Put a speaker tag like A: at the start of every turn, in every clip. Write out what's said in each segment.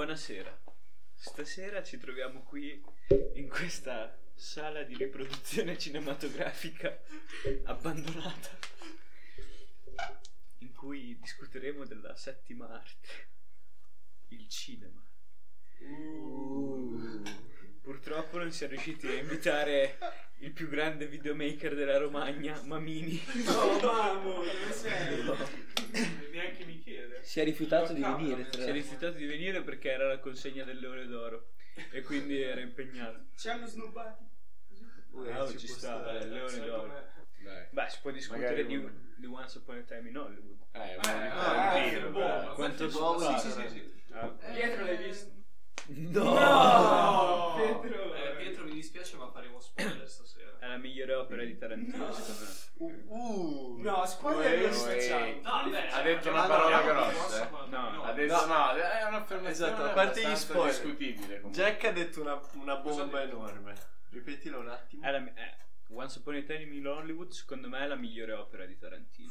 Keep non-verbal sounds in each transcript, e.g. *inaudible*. A: Buonasera. Stasera ci troviamo qui in questa sala di riproduzione cinematografica abbandonata in cui discuteremo della settima arte, il cinema. Uh. Purtroppo non siamo riusciti a invitare il più grande videomaker della Romagna, Mamini.
B: No, mamma, non sei. Neanche mi chiede.
C: Si è rifiutato di
B: Cavolo,
C: venire.
B: si
C: Tra
A: Si è
C: l'altro.
A: rifiutato di venire perché era la consegna delle ore d'oro e quindi era impegnato.
B: Ci hanno snobbati.
A: Ah, ci sta,
D: eh,
A: Leone d'Oro.
E: Dai.
A: Beh, si può discutere
E: Magari
A: di,
E: uno.
A: di Once Upon a Time in Hollywood.
E: Eh,
B: Eh,
E: ma
B: ah,
E: è
B: è
E: un
B: buono.
E: po'
A: Quanto
B: Sì,
A: sono
B: sì, sì,
A: stato?
B: sì.
A: Ah,
B: Pietro l'hai
D: Eh,
B: visto?
C: No!
B: Pietro.
D: Eh, Pietro mi dispiace ma faremo spoiler stasera.
A: È la migliore opera di Tarantino,
B: No.
A: secondo me.
E: Uh,
B: No, spoiler
E: Uè,
B: non
E: uè.
B: facciamo.
D: No, vabbè,
E: Ha detto
D: eh,
E: una
D: no,
E: parola
D: no,
E: grossa.
D: no,
A: eh. No,
D: no.
A: ha
E: Adesso no, è un'affermazione
F: Esatto, a parte gli
E: abbastanza
F: spoiler.
E: discutibile comunque.
F: Jack ha detto una, una
D: Cosa
F: bomba
D: ha detto?
F: enorme. Ripetilo un attimo.
A: È la mi- eh, Once Upon a Time in Hollywood, secondo me, è la migliore opera di Tarantino.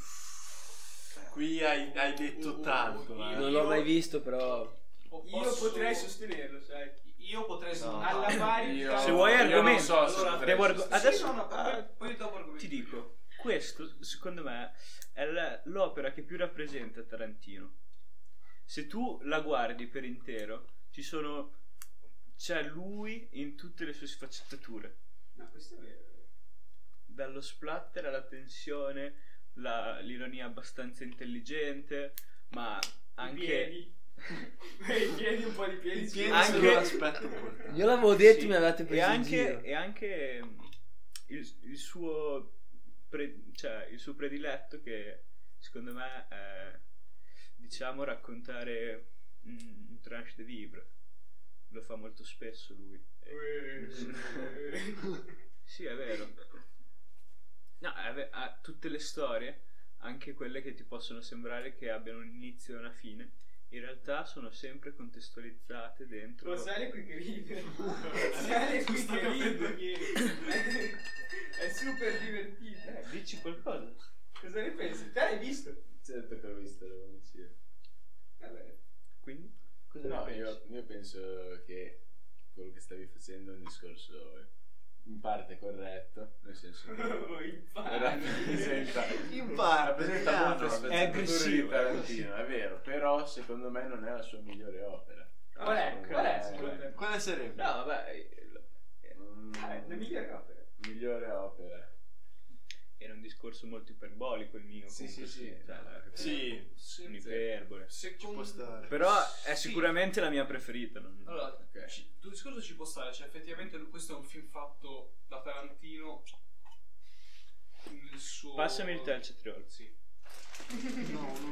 F: Qui hai, hai detto
D: Uh,
F: tanto. eh.
C: Non l'ho mai visto, però.
D: Po-
B: Io
D: posso-
B: potrei sostenerlo, sai.
D: Io potrei
B: Alla
D: sostenerlo.
B: pari
E: Io-
A: Se vuoi
E: io
A: argomento,
E: non so se
D: allora,
E: potrei
A: devo argo-
E: sostenere.
A: adesso
B: no, no,
A: ah,
D: Poi dopo argomento.
A: ti dico, questo secondo me è la- l'opera che più rappresenta Tarantino. Se tu la guardi per intero, ci sono c'è lui in tutte le sue sfaccettature,
B: No, questo è vero.
A: dallo splatter alla tensione, la- l'ironia abbastanza intelligente, ma
B: I
A: anche
B: piedi. I piedi, un po' di piedi.
F: I
B: sì.
F: piedi
A: Anche-
F: sono l'aspetto importante.
C: Io l'avevo detto,
A: Sì.
C: mi avevate
A: e
C: preso in
A: anche,
C: giro.
A: e anche mm, il, il suo pre- cioè, il suo prediletto che secondo me è diciamo raccontare mm, un tranche de vivre lo fa molto spesso lui E-
B: Eh,
A: sì è vero no è ve- ha tutte le storie anche quelle che ti possono sembrare che abbiano un inizio e una fine in realtà sono sempre contestualizzate dentro
B: Ma sale qui che ride. Sale qui
D: Sto
B: che
D: capendo.
B: ride. che- È super divertita.
A: Eh, dici qualcosa
B: Cosa ne pensi? Te l'hai visto?
E: Certo che l'ho visto, l'avevo visto io.
B: Vabbè.
A: quindi cosa ne
E: No,
A: pensi?
E: io, io penso che quello che stavi facendo è un discorso eh, in parte corretto, nel senso che
F: *laughs*
B: Oh, infame.
E: rappresenta
F: In parte,
E: rappresenta molte
F: piano.
E: sfaccettature
A: È aggressivo,
E: di Tarantino, è vero, però secondo me non è la sua migliore opera.
B: Qual è?
E: Secondo
B: Qual
E: me
D: Eh,
B: è? secondo te?
F: Quale sarebbe?
A: ah, No, vabbè, eh,
E: Mm,
B: Eh, La migliore opera.
E: migliore opera.
A: era un discorso molto iperbolico il mio.
E: Sì,
A: comunque,
E: sì, sì.
A: cioè, la-
F: Sì,
D: Se-
A: un'iperbole.
F: può
D: Secondo
F: stare.
A: Però è
D: Sì.
A: sicuramente la mia preferita. non-
D: Allora,
E: Ok.
D: ci- il tuo discorso ci può stare, cioè effettivamente lui- questo è un film fatto da Tarantino nel suo
A: Passami il calcetriolo.
D: Sì.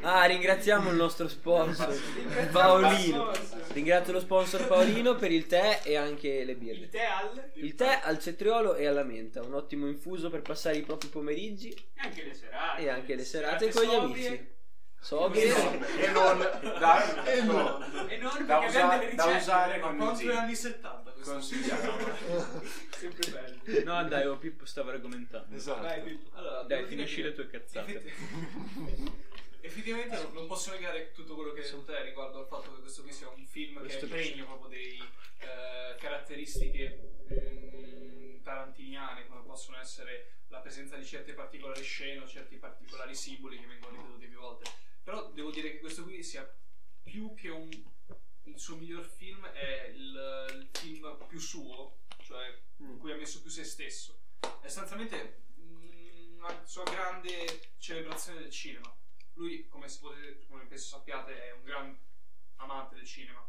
C: Ah, ringraziamo il nostro sponsor Paolino. Ringrazio lo sponsor Paolino per il tè e anche le
B: Il
C: birre.
B: tè al
C: Il tè al cetriolo e alla menta, un ottimo infuso per passare i propri pomeriggi
B: e anche le serate.
C: e anche le serate con gli
B: sobrie.
C: amici.
E: E
C: Sobri.
E: non, e non da, e
D: *laughs*
E: non.
B: E non
E: Da
B: perché abbiamo
E: usa-
B: delle
E: da
B: ricette.
E: usare
D: Ma
E: con il
D: quanto
E: dito.
D: negli anni 70 questo
E: Consigliamo.
D: *laughs*
B: Sempre bello.
A: No, dai, oh, Pippo stava
D: Eh,
A: argomentando.
B: Vai,
F: Esatto.
B: Pippo.
D: Allora,
A: Dai,
D: devo dire
A: finisci
D: che-
A: le tue cazzate.
D: Effetti- *laughs* Effettivamente non, non posso negare tutto quello che hai detto te riguardo al fatto che questo qui sia un film
A: Questo
D: che è pregno proprio dei eh, caratteristiche mm, tarantiniane, come possono essere la presenza di certe particolari scene o certi particolari simboli che vengono ripetuti più volte. Però devo dire che questo qui sia più che un il suo miglior film è il, il film più suo, cioè in cui ha messo più se stesso. È sostanzialmente mm, una sua grande celebrazione del cinema. Lui, come, si potete, come penso sappiate, è un gran amante del
B: *laughs*
D: cinema.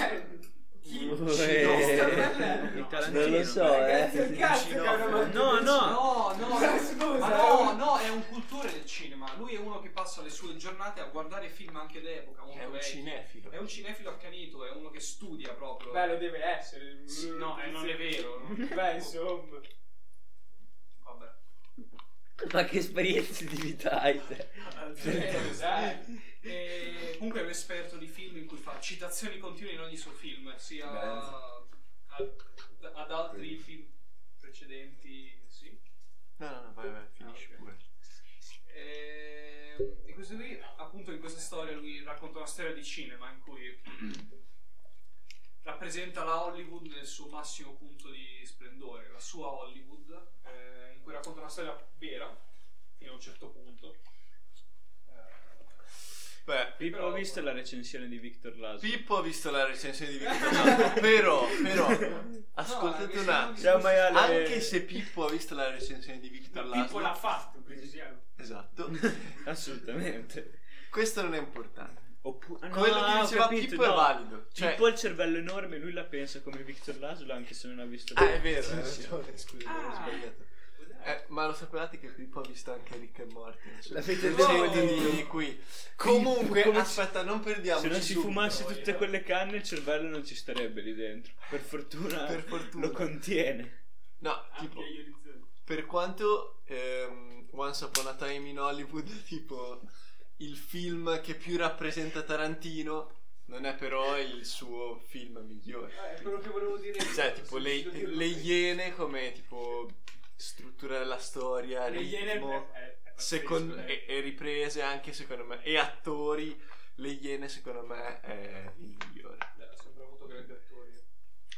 B: Chi?
C: Uè.
A: Il
C: Non lo
A: Tarantino.
C: so,
B: Grazie al
C: eh.
B: cazzo che hanno mandato
A: No,
B: il
A: no.
D: No, no,
B: *laughs* Ma
D: no,
B: scusa.
D: ma no, no, è un cultore del cinema. Lui è uno che passa le sue giornate a guardare film anche d'epoca, molto
F: È un
D: vecchi.
F: cinefilo.
D: È un cinefilo accanito, è uno che studia proprio.
B: Beh, lo deve essere.
D: Sì, no, eh, non è vero. non-
B: Beh, insomma. *laughs*
D: Vabbè.
C: Ma che esperienze di vita hai te?
B: Eh, dai.
D: E comunque è un esperto di film in cui fa citazioni continue in ogni suo film, sia a- ad altri film precedenti. Sì.
F: No, no, no, vai, vai, finisci
D: Ah, ok.
F: pure.
D: E, e questo qui, appunto, in questa storia lui racconta una storia di cinema in cui
B: rappresenta la Hollywood nel suo massimo punto di splendore, la sua Hollywood, eh, in cui racconta una storia vera, fino a un certo punto. Eh,
F: Beh,
A: Pippo ho visto la recensione di Victor Lasso.
F: Pippo ha visto la recensione di Victor però, però, ascoltate
B: No,
F: un attimo.
A: C'è un maiale.
F: Anche se Pippo ha visto la recensione di Victor
D: Ma Pippo l'ha
F: Laszlo,
D: fatto, precisiamo.
F: esatto,
A: Assolutamente. Ah,
F: questo non è importante.
A: Oppure...
F: Quello che diceva Pippo è valido. Cioè,
A: Pippo ha il cervello enorme, lui la pensa come Victor Laszlo anche se non ha visto
F: ah, è vero, hai
E: Sì, sì.
F: ragione, scusa, ho
D: Ah.
F: sbagliato. Eh, ma lo sapevate che Pippo ha visto anche Rick e Morty? Cioè,
C: L'avete
F: no,
C: detto.
F: di, di qui. Comunque,
C: come-
F: aspetta, non perdiamoci
A: Se non si
F: subito.
A: fumasse tutte quelle canne il cervello non ci starebbe lì dentro. Per fortuna,
F: Per fortuna.
A: lo contiene.
F: No, tipo,
D: Anche io di zero.
F: per quanto ehm, Once Upon a Time in Hollywood *laughs* è tipo il film che più rappresenta Tarantino, non è però il suo film migliore.
D: Eh, è quello che volevo dire. io.
F: Cioè, tipo,
D: Sono
F: le,
D: riuscito a dirlo.
F: le Iene come, tipo, struttura della storia,
D: Le Iene eh,
F: ritmo,
D: è- è- è
F: secon-
D: pazzesco,
F: e,
D: eh.
F: e riprese anche secondo me, e attori, le Iene secondo me è il migliore.
B: Beh, ha sempre avuto grandi attori.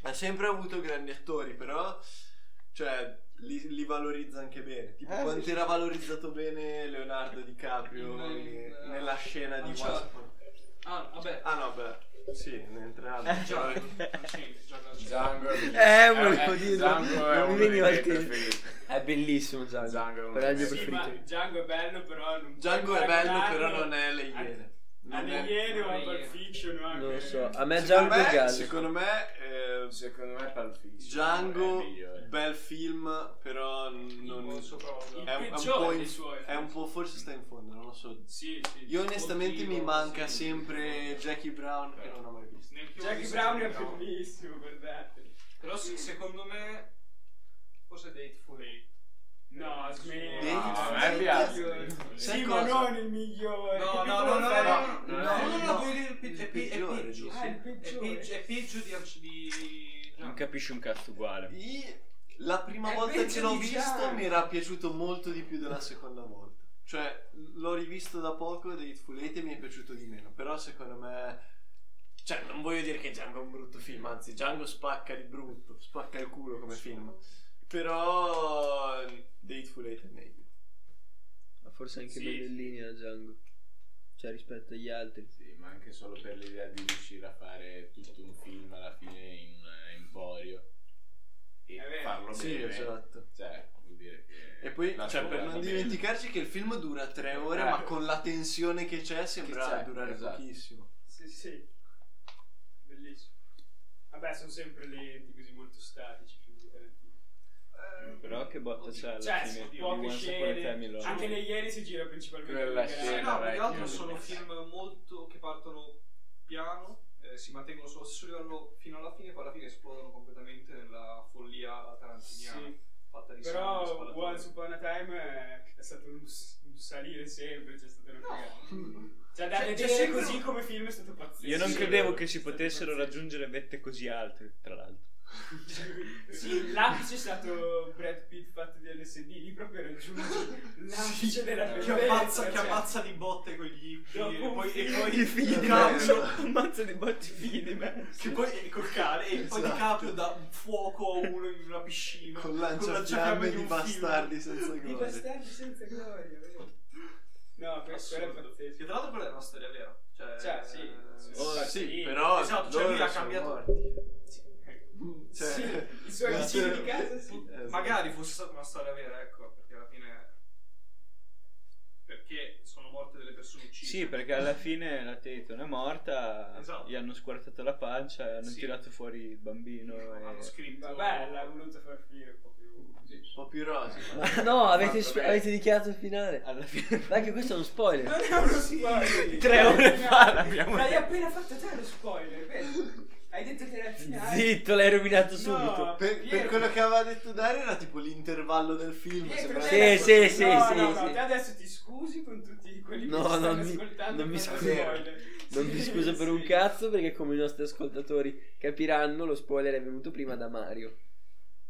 F: Ha sempre avuto grandi attori, però cioè, li, li valorizza anche bene. Tipo,
E: Eh,
F: quanto
E: sì,
F: era valorizzato bene Leonardo DiCaprio
B: In- in-
D: eh,
F: ne- nella scena di
B: Uncharted.
F: Once Upon-
B: Ah, vabbè.
F: eh, Ah no, beh, sì, ne
D: Eh,
F: entrambi.
B: Già,
F: cioè,
D: Ah,
B: non c'entra, già, non c'entra.
E: Django
C: Eh, volevo
E: eh,
C: dirlo.
E: Django è
C: Non mi
E: uno
C: veniva
E: dei
C: il
E: miei
C: tempo.
E: preferiti.
C: È bellissimo Django.
E: Django è uno
C: Però è il
E: dei
C: mio
E: miei
D: Sì, ma
C: preferito.
D: Django è bello, però non
F: Django
D: puoi
F: è bello,
D: paragonarlo
F: però non è le Iene.
D: a-
F: Non
D: Alle
F: è-
D: Iene o a
B: Non è-
D: Pulp Fiction o anche...
C: Non lo so. A me
F: Secondo
C: Django è
F: me,
C: Gallo.
F: secondo me eh,
E: Secondo me Pulp Fiction
F: Django,
E: è il migliore.
F: bel film, però non...
B: Non so proprio.
D: Il
F: È un- è un
D: peggiore
F: po'
D: dei
F: in-
D: suoi.
F: È un po', forse sta in fondo, non lo so.
D: Sì, sì.
F: Io onestamente mi
D: Oddio,
F: manca
D: sì.
F: sempre Jackie Brown che non ho mai visto.
B: Neanche io ho
D: Jackie
B: visto
D: Brown è
B: Brown.
D: bellissimo, guardate.
B: Però se- secondo me forse Dateful Eight.
D: No, smetti.
F: Date
D: No,
F: for
D: è
F: Eight.
D: più-
F: Sai
D: Sì, ma
F: cosa?
D: non il migliore.
B: No, no,
D: Che
B: no, no, no,
D: devono fare-
B: no,
E: no,
B: no,
E: no,
B: no,
F: no,
B: voglio dire il pe-
F: il
B: è pe- è
F: peggiore,
B: peggio,
F: dici?
B: sì.
D: Ah, il
B: È
D: peggiore.
B: peggio- è peggio di Arch- di
A: Non
B: Django.
A: capisce un cazzo uguale.
F: I- La prima
D: È
F: volta che
D: peggio
F: l'ho
D: di
F: visto
D: Django.
F: mi era piaciuto molto di più della seconda volta. Cioè, l'ho rivisto da poco dei Fuletti e mi è piaciuto di meno. Però secondo me. Cioè, non voglio dire che Django è un brutto film, anzi, Django spacca di brutto, spacca il culo come film. Però. Dateful Eight è meglio.
C: Ma forse anche
D: Sì.
C: Bellellini era Django. Cioè rispetto agli altri.
E: Sì, ma anche solo per l'idea di riuscire a fare tutto un film alla fine in un emporio e
D: È vero.
E: farlo
F: Sì,
E: bene.
F: esatto.
E: Cioè, vuol dire che
F: E poi,
E: la
F: cioè,
E: scuola
F: per
E: va
F: non
E: bene.
F: dimenticarci che il film dura tre ore,
E: Eh.
F: ma con la tensione che c'è sembra
E: Che c'è,
F: durare
E: esatto.
F: pochissimo.
D: Sì, sì. Bellissimo. Vabbè, sono sempre lenti, così molto statici. quindi, eh,
B: Eh,
A: Però che botta c'è alla
D: Cioè,
A: fine di
D: poche
A: Once Upon a Time
D: scene.
A: in Hollywood.
D: Anche nei ieri si gira principalmente
E: Quella
D: in garage.
B: Sì,
E: scena,
B: no, più che
E: vecchio,
B: altro
E: non
B: sono
E: mi
B: film molto che partono piano, eh, si mantengono sullo stesso livello fino alla fine, poi alla fine esplodono completamente nella follia tarantiniana
D: Sì.
B: fatta di sangue,
D: Però
B: spallatore.
D: Once Upon a Time è- è stato un, s- un salire sempre, c'è stata una figata.
B: *laughs*
D: Cioè, da
B: Cioè,
D: vedere
B: c'è sempre
D: così
B: un-
D: come film è stato pazzesco.
A: Io non
B: Sì, eh.
A: credevo
B: sì,
A: che si
D: è stato
A: potessero
D: pazzesco.
A: raggiungere vette così alte, tra l'altro.
D: Sì, l'apice è stato Brad Pitt fatto di LSD, lì proprio raggiunge l'apice della
B: Che
D: violenza. cioè.
F: di botte con gli
D: Dopo un film-
A: I figli di
F: cazzo.
A: mezzo. Un mazzo di botti figli di mezzo.
B: poi col cane e poi
F: Esatto.
B: Di Caprio dà un fuoco a uno in una piscina
F: con
B: lanciafiamme
F: lanciafiamme di
B: un
F: bastardi senza
D: Di
F: gloria.
D: bastardi senza gloria, vero? No,
B: film.
D: questo era
B: Assurdo. Che
D: pazzesco.
B: tra l'altro quella è una storia vera. Cioè,
D: Cioè, sì.
B: eh,
F: Oh, sì,
D: Sì,
F: però
B: esatto, cioè lui
F: loro
B: ha
F: sono
B: cambiato-
F: morti.
C: ecco.
F: Cioè,
D: Sì, i suoi vicini
C: *laughs*
D: di casa sì.
F: Esatto.
B: Magari fosse stata una storia vera, ecco, perché alla fine. Perché sono morte delle persone uccise.
A: Sì, perché alla fine la Tatum è morta,
B: Esatto.
A: gli hanno squartato la pancia, hanno
B: Sì.
A: tirato fuori il bambino
B: hanno
A: e...
B: scritto.
D: Vabbè, l'ha voluto far finire un po' più...
F: un po' più rosi.
C: Ah, no, avete,
E: Quanto è?
C: avete dichiarato il finale.
A: alla fine...
C: Ma anche questo è uno spoiler.
D: Non è uno
C: *laughs*
D: spoiler!
A: Tre ore
D: No,
A: fa l'abbiamo
D: L'hai
A: detto.
D: appena fatto te lo spoiler, vedi? Hai detto che era il finale.
C: Zitto, l'hai rovinato
D: No,
C: subito.
F: Per, per
D: Pietro,
F: quello che aveva detto Dario era tipo l'intervallo del film.
D: Pietro,
F: sembrava-
D: te
C: Sì,
D: adesso-
C: sì, sì,
D: no,
C: sì,
D: No, no,
C: sì.
D: te adesso ti scusi con tutti quelli che
C: No,
D: ti
C: non
D: stanno
C: mi-
D: ascoltando.
C: non mi
D: per lo
C: scuso.
D: spoiler.
C: Non
D: Sì,
C: mi scuso per
D: sì.
C: un cazzo perché come i nostri ascoltatori capiranno lo spoiler è venuto prima da Mario.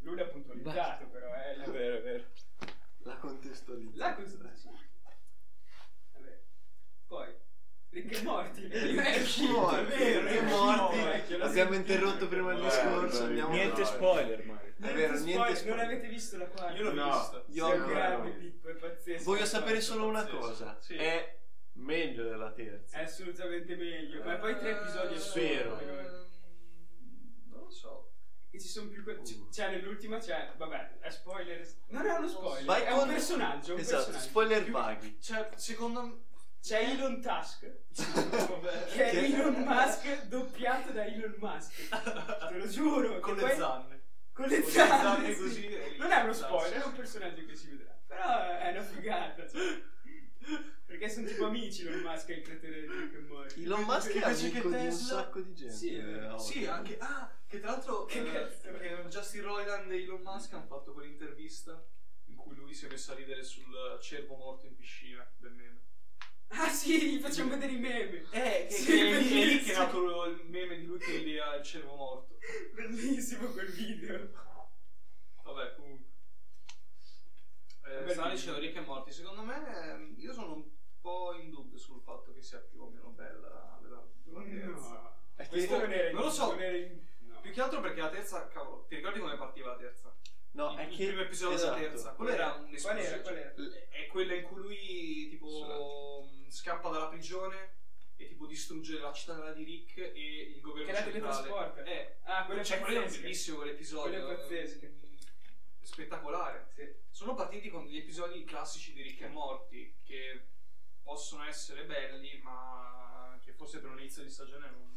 D: Lui l'ha puntualizzato,
C: Basta.
D: però, eh.
A: *laughs* È
D: l'ha-
A: vero, è vero.
F: La
D: La
F: contestualizzazione.
D: cosa Vabbè. Poi, Rick Eh, e Morty.
F: Rick e Morty, Rick e
D: eh,
F: Morty. Abbiamo interrotto prima il
E: Eh,
F: discorso.
E: dai,
F: Andiamo
A: Niente
F: avanti.
A: spoiler, Mario.
F: È vero, niente
D: Non
F: spoiler.
D: avete visto la quarta?
B: Io l'ho
E: No.
B: visto.
F: Io
D: Sei
F: ancora
D: grave,
F: no.
D: Pippo, è pazzesco.
F: Voglio sapere solo una
B: Pazzesco.
F: cosa.
B: Sì.
F: È meglio della terza.
D: È assolutamente meglio. Ma poi tre episodi
B: Eh,
D: al
F: spero.
D: giorno.
B: Non lo so.
D: E ci sono più. co-
F: Uh.
D: c- Cioè, nell'ultima c'è. Vabbè, è spoiler. Non è uno spoiler.
F: Vai
D: è un
F: con-
D: personaggio. Un
F: Esatto,
D: personaggio.
F: spoiler
D: Più-
F: vaghi.
B: Cioè, secondo me...
D: C'è Elon Tusk.
B: Vabbè.
D: *laughs* Che è
F: Che-
D: Elon Musk doppiato da Elon Musk. Te lo giuro.
B: Con
D: che
B: le
D: poi-
B: zanne.
D: Con le
B: Con le
D: zanne.
B: zanne
D: sì.
B: così, e-
D: Non è uno spoiler, è un personaggio che si vedrà. Però è una figata. cioè. Perché sono tipo amici Elon Musk e il cratere di Rick and Morty.
F: Elon Musk è
B: Invece
F: amico
B: che
F: di un
B: Tesla-
F: sacco di gente.
D: Sì, è vero.
F: eh,
B: Sì,
F: oggi.
B: anche... Ah, che tra l'altro
D: Che
B: eh,
D: cazzo.
B: eh, Justin Roiland e Elon Musk hanno fatto quell'intervista in cui lui si è messo a ridere sul cervo morto in piscina del meme.
D: Ah sì, gli facciamo vedere i meme. che-
B: Eh, sì,
D: che-
B: è lì- è lì che è
D: bellissimo.
B: nato il meme di lui che rideva il cervo morto.
D: Bellissimo quel video.
B: Vabbè, comunque. Eh,
D: Vabbè,
B: stavo
D: quindi-
B: dicendo Rick e Morty, secondo me ehm, io sono un po' in dubbio sul fatto che sia più o meno bella della, della terza.
F: È che-
D: Questo non era
B: non lo so.
D: non era in- no.
B: Più che altro perché la terza, cavolo, ti ricordi come partiva la terza?
F: no,
B: il,
F: è
B: il
F: che-
B: primo episodio
F: esatto.
B: della terza. Quello era un
D: Qual era? Qual era?
B: È quella in cui lui tipo mh, scappa dalla prigione e tipo distrugge la cittadella di Rick e il governo
D: Che la
B: centrale.
D: teletrasporta.
B: Eh,
D: Ah, quello è
B: cioè, quello è
D: pazzesco.
B: bellissimo quell'episodio.
D: Quello è pazzesco.
B: mh, Spettacolare.
D: Sì.
B: Sono partiti con degli episodi classici di Rick e Morty che possono essere belli, ma che forse per un inizio di stagione non.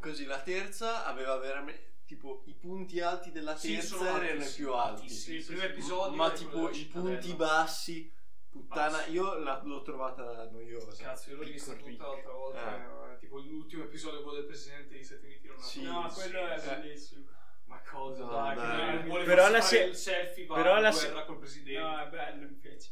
F: Così la terza aveva veramente tipo i punti alti della
B: Sì,
F: terza
B: sono alti,
F: erano i
B: sì,
F: più alti.
B: altissimi. Il
F: Sì,
B: primo
F: sì, sì.
B: episodio
F: ma
B: è quello
F: tipo
B: della
F: i
B: cittadella.
F: punti bassi puttana
B: Bassi.
F: io la- l'ho trovata noiosa.
B: Cazzo, io l'ho visto
F: Piccolo
B: tutta l'altra volta. eh, tipo l'ultimo episodio, quello del presidente degli Stati Uniti. Non ha-
F: Sì,
D: No,
F: sì,
D: quello è
F: sì.
D: bellissimo.
B: Ma cosa?
F: No,
B: dai,
F: dai.
B: che non vuole
A: Però
B: farsi
A: la
B: fare
A: se-
B: il selfie, va
A: però
B: in
A: la
B: guerra
A: se-
B: col presidente.
D: No, è bello invece.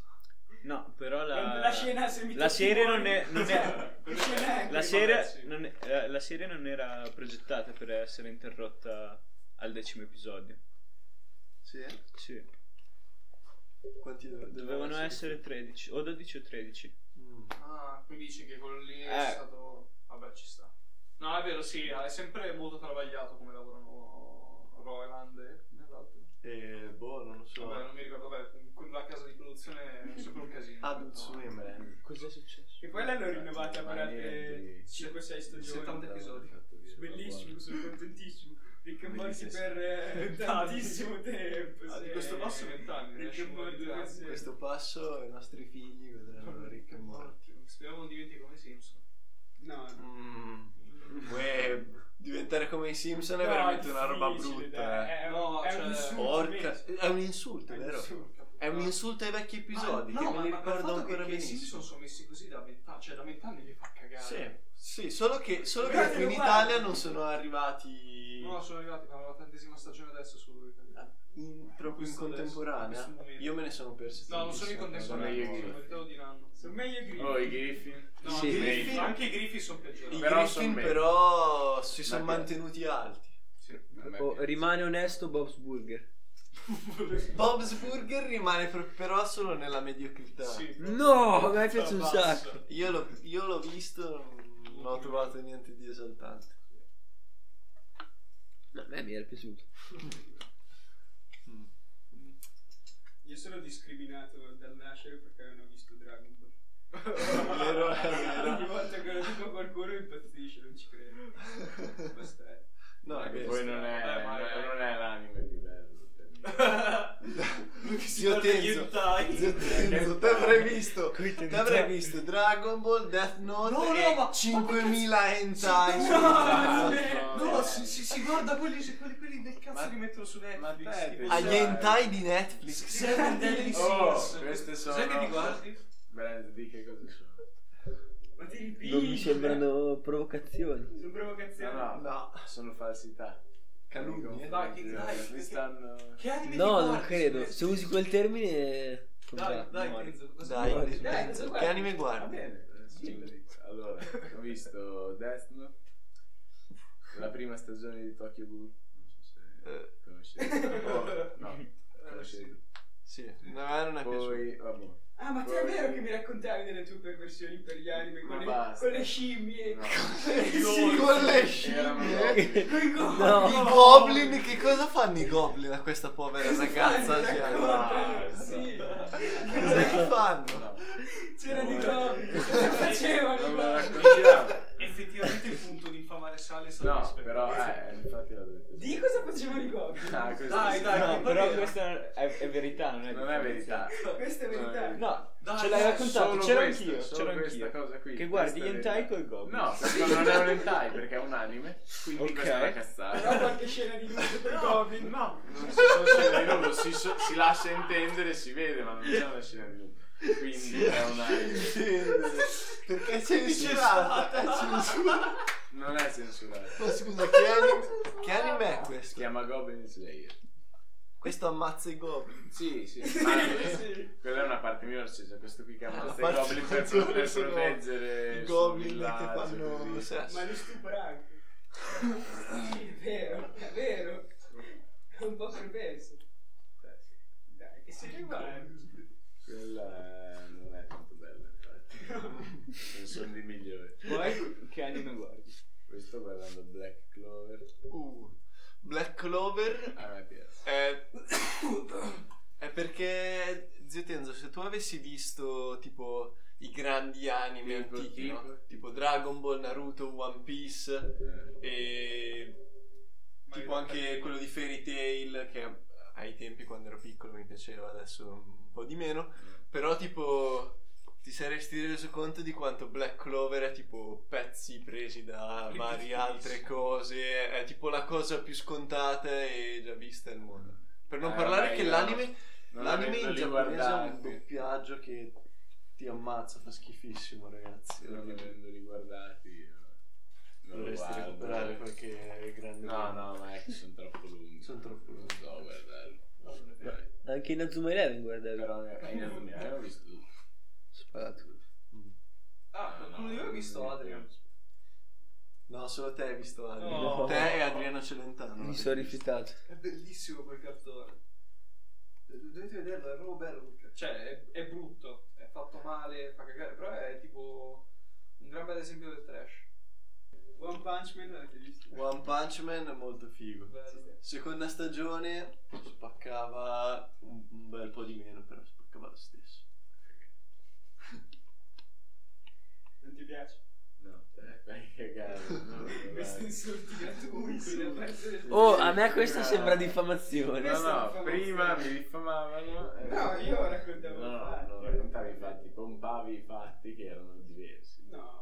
A: No, però la,
D: La, la scena se mi
A: la
D: tocchi
A: serie
D: muori.
A: non è- non è-
D: *laughs* Cioè, che scena è
A: la
D: quella?
A: serie, non è- eh, la serie non era progettata per essere interrotta al decimo episodio.
F: Sì.
A: Sì.
F: Quanti do-
A: Dovevano essere 13 o 12 o 13.
F: Mm.
B: Ah, quindi dici che quello lì è
A: Eh.
B: stato. Vabbè, ci sta. No, è vero, sì, è sempre molto travagliato come lavorano Roland e come l'altro.
F: Eh, boh, non lo so.
B: Vabbè, non mi ricordo, vabbè, quella casa di produzione è sempre un casino.
F: Ah, Dutsumi
B: No.
F: Brand.
C: Cos'è successo?
D: Che quella l'ho rinnovata per
E: Ma
D: altre
E: niente,
D: 5-6 stagioni.
B: 70 episodi.
D: Bellissimo, sono contentissimo. Rick and Morty
F: Bellissimo.
D: per eh, tantissimo tempo.
B: Ah, di
D: sì.
B: questo passo 20 anni,
D: Rick
B: riesci
D: and
B: a
D: Morty
B: monitorare.
D: per
F: In
D: sempre.
F: questo passo i nostri figli vedranno Rick e Morty.
B: Speriamo non diventi come Simpson.
D: No, no.
F: Mm. Uè, diventare come i Simpson è
D: No,
F: veramente
D: è
F: una roba
D: difficile,
F: brutta.
D: dai.
F: eh.
D: È,
B: No,
D: è
B: cioè,
D: un insulto.
F: Porca, *laughs*
D: invece.
F: è un insulto, vero? È un insulto ai vecchi episodi
B: Ma-
F: che
B: no,
F: me
B: ma-
F: li
B: ma il
F: ricordo
B: fatto che-
F: ancora
B: che I Simpson
F: benissimo.
B: sono messi così da vent'anni, cioè da vent'anni li fa cagare.
F: Sì, sì, solo che, solo che
D: Guarda,
F: qui in
D: guarda.
F: Italia non sono arrivati
B: No, sono arrivati, fanno la tantesima stagione adesso su
F: Ah, in- proprio in
B: Questo adesso, in
F: contemporanea.
B: questo momento.
F: Io me ne sono persi. eh,
B: No, non sono in contemporanea,
E: Sono meglio i
B: sono te lo diranno.
D: Sono meglio Griffin.
E: Oh, i Griffin.
B: No,
C: Sì.
B: anche i
E: Griffin.
B: Griffin- anche i Griffin sono
F: I
B: peggiorati.
E: Però son
F: Griffin
E: meglio.
F: però si sono
E: Ma che-
F: mantenuti alti.
B: Sì.
C: Oh, rimane onesto Bob's Burger.
F: Bob's Burger rimane pro- però solo nella mediocrità.
B: Sì, proprio.
C: No, a me piace un
B: Basta.
C: sacco.
F: Io, l'ho, io l'ho visto, non ho trovato niente di esaltante.
C: No, a me mi era piaciuto.
F: Mm.
D: Io sono discriminato dal nascere perché non ho visto Dragon Ball.
F: È vero, è vero.
D: Ogni volta che lo dico a qualcuno impazzisce, non ci credo. Bastardo.
F: No, è
E: Che
F: vero.
E: poi non è,
B: Vabbè, ma-
E: Cioè, non è l'anime più bello.
F: Zio Tenzo, zio Tenzo, te avrei visto, te avrei visto Dragon Ball, Death Note
B: No, no,
F: e
B: ma-
F: 5000 hentai.
B: No,
F: Ma-
B: no,
E: no,
B: No, si, si, si guarda quelli, se- quelli, quelli del cazzo
E: Ma-
B: che mettono su
E: ma
B: Netflix.
E: te,
B: tipo,
E: te-
F: Agli
B: sai-
F: hentai di Netflix.
B: Seven Deadly
E: Oh,
B: Sins.
E: queste sono-
B: Sai che li guardi?
E: Brand, di che cosa sono?
D: Ma ti impicci.
C: Non mi sembrano provocazioni.
D: Sono provocazioni.
E: No, no,
F: No,
E: sono falsità.
F: calunnie.
B: Dai, che- dai, che-
E: Mi stanno...
B: Che anime ti
C: No, non
B: guardi su
C: credo.
B: Netflix?
C: Se usi quel termine.
B: Dai,
C: contratto,
B: dai,
C: muori.
B: Enzo, cosa
F: Dai,
C: Dai,
F: Tenzo,
D: guarda.
F: che anime
E: Va
F: guardi?
E: bene, adesso ve lo dico. Allora, ho visto Death Note, la prima stagione di Tokyo Ghoul. Non so se
A: Eh.
D: *laughs*
E: conoscete. Oh, no,
B: Eh, sì.
E: conoscete.
A: Ah,
F: Sì, a me non è piaciuto.
E: Poi, vabbè.
D: Ah, ma te è vero che mi raccontavi delle tue perversioni per gli anime con,
E: Ma
D: le,
E: basta.
D: con le scimmie? *laughs*
E: No.
D: Sì,
F: con
E: Era
F: le
E: una
D: *laughs*
F: scimmie.
E: goblin.
D: con i go-
C: No.
F: I goblin, che cosa fanno i goblin a questa povera
D: Cosa
F: ragazza
E: cioè,
D: fai?
F: asiatica?
D: Raccontalo, ecco, sì.
F: Cosa che fanno?
E: No.
D: C'era di
E: No.
D: goblin, cosa facevano i
E: Non me la
D: goblin?
E: raccontiamo.
B: Effettivamente il punto di infamare Sale è stato
E: No,
B: rispetto.
E: però, eh, infatti l'ho detto.
D: Di cosa facevano i goblin?
E: Ah, questo
B: Dai,
E: sì.
B: dai,
A: No,
B: non
A: però
B: era.
A: questa è, è verità, non è
E: Non è
A: diffamazione.
E: verità.
D: Questa è verità.
A: No,
B: Dai,
A: ce l'hai
B: dai,
A: raccontato,
E: Solo
A: c'ero
E: questo,
A: anch'io,
E: solo
A: c'ero
E: questa
A: anch'io.
E: cosa qui.
A: Che guardi gli
E: questa è
A: hentai
E: verità.
A: coi goblin.
E: No, perché non è un hentai, perché è un anime. Quindi
A: Ok.
E: questa è una
D: Però
E: cazzata.
D: qualche scena di nudo con i goblin.
E: No, non ci sono scene di nudo, si, so- si lascia intendere, si vede, ma non c'è una scena di nudo. Quindi è un anime.
F: Perché è censurata? È censurata.
E: Non è censurato.
F: Ma scusa, che anime, che anime è
E: Si
F: questo?
E: chiama Goblin Slayer.
F: Questo ammazza i goblin.
E: Sì, sì.
D: Sì.
E: Quella è una parte migliore, c'è questo qui che ammazza i
F: La Ah, parte
E: goblin per,
F: peggiore
E: per
F: sono
E: proteggere
F: I
E: il suo
F: goblin che
E: villaggio,
F: fanno
E: così.
F: sesso.
D: Ma li stupra anche. Sì, è vero, è vero. È un po' perverso.
E: Eh, sì.
D: Dai, che se ne guardi.
E: Quella non è tanto bella,
F: *laughs*
E: infatti. non sono di migliori.
A: Poi che anime guardi?
E: Questo guardando Black Clover.
F: Uh, Black Clover
E: A me piace.
F: è... è perché, zio Tenzo, se tu avessi visto tipo i grandi anime
E: Tipo,
F: antichi,
E: tipo?
F: no? tipo Dragon Ball, Naruto, One Piece
E: Eh,
F: e tipo anche quello di Fairy Tail che ai tempi quando ero piccolo mi piaceva, adesso un po' di meno, però tipo ti saresti reso conto di quanto Black Clover è tipo pezzi presi da varie altre cose, è tipo la cosa più scontata e già vista al mondo. Per non
E: Eh,
F: parlare
E: vabbè,
F: che
E: io
F: l'anime,
E: non
F: l'anime
E: avendoli
F: in giapponese ha un
E: guardati-
F: doppiaggio che ti ammazza, fa schifissimo ragazzi.
E: non avendo riguardati io non lo
F: Dovresti
E: guardo.
F: recuperare qualche grande...
E: No, no, ma è che sono troppo lunghi.
F: Sono troppo lunghi.
E: Non so guardarlo. Dai.
C: Anche in Azuma Eleven guardavi.
E: Però ne- eh, non ne avevo visto tutto.
C: Sparato.
B: Ah, qualcuno di voi ha
E: Mm.
B: visto Adrian?
F: No, solo te hai visto Adriano.
B: No.
F: Te e Adriano Celentano.
C: Mi sono rifiutato.
G: È bellissimo quel cartone. Do- Dovete vederlo, è proprio bello quel cartone.
B: Cioè, è, è brutto, è fatto male, fa cagare, però è tipo un gran bel esempio del trash.
D: One Punch Man l'avete visto?
F: One Punch Man è molto figo.
B: Bello.
F: Seconda stagione spaccava un un bel po' di meno, però spaccava lo stesso.
D: Non ti piace?
E: No, eh, fai cagare. no,
D: Questi
E: dai.
D: insulti gratuiti da parte del-
C: Oh, a me questa
E: No.
C: sembra diffamazione.
D: Questa è
E: No, no,
D: diffamazione.
E: prima mi diffamavano. eh,
D: No, io raccontavo
E: No,
D: i
E: no,
D: fatti.
E: non raccontavi i fatti, pompavi i fatti che erano diversi.
D: No.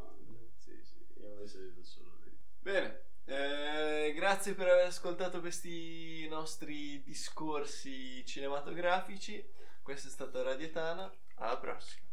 E: Sì, sì, io invece vedo solo lì.
F: Bene, eh, grazie per aver ascoltato questi nostri discorsi cinematografici. Questa è stata Radietana. Alla prossima.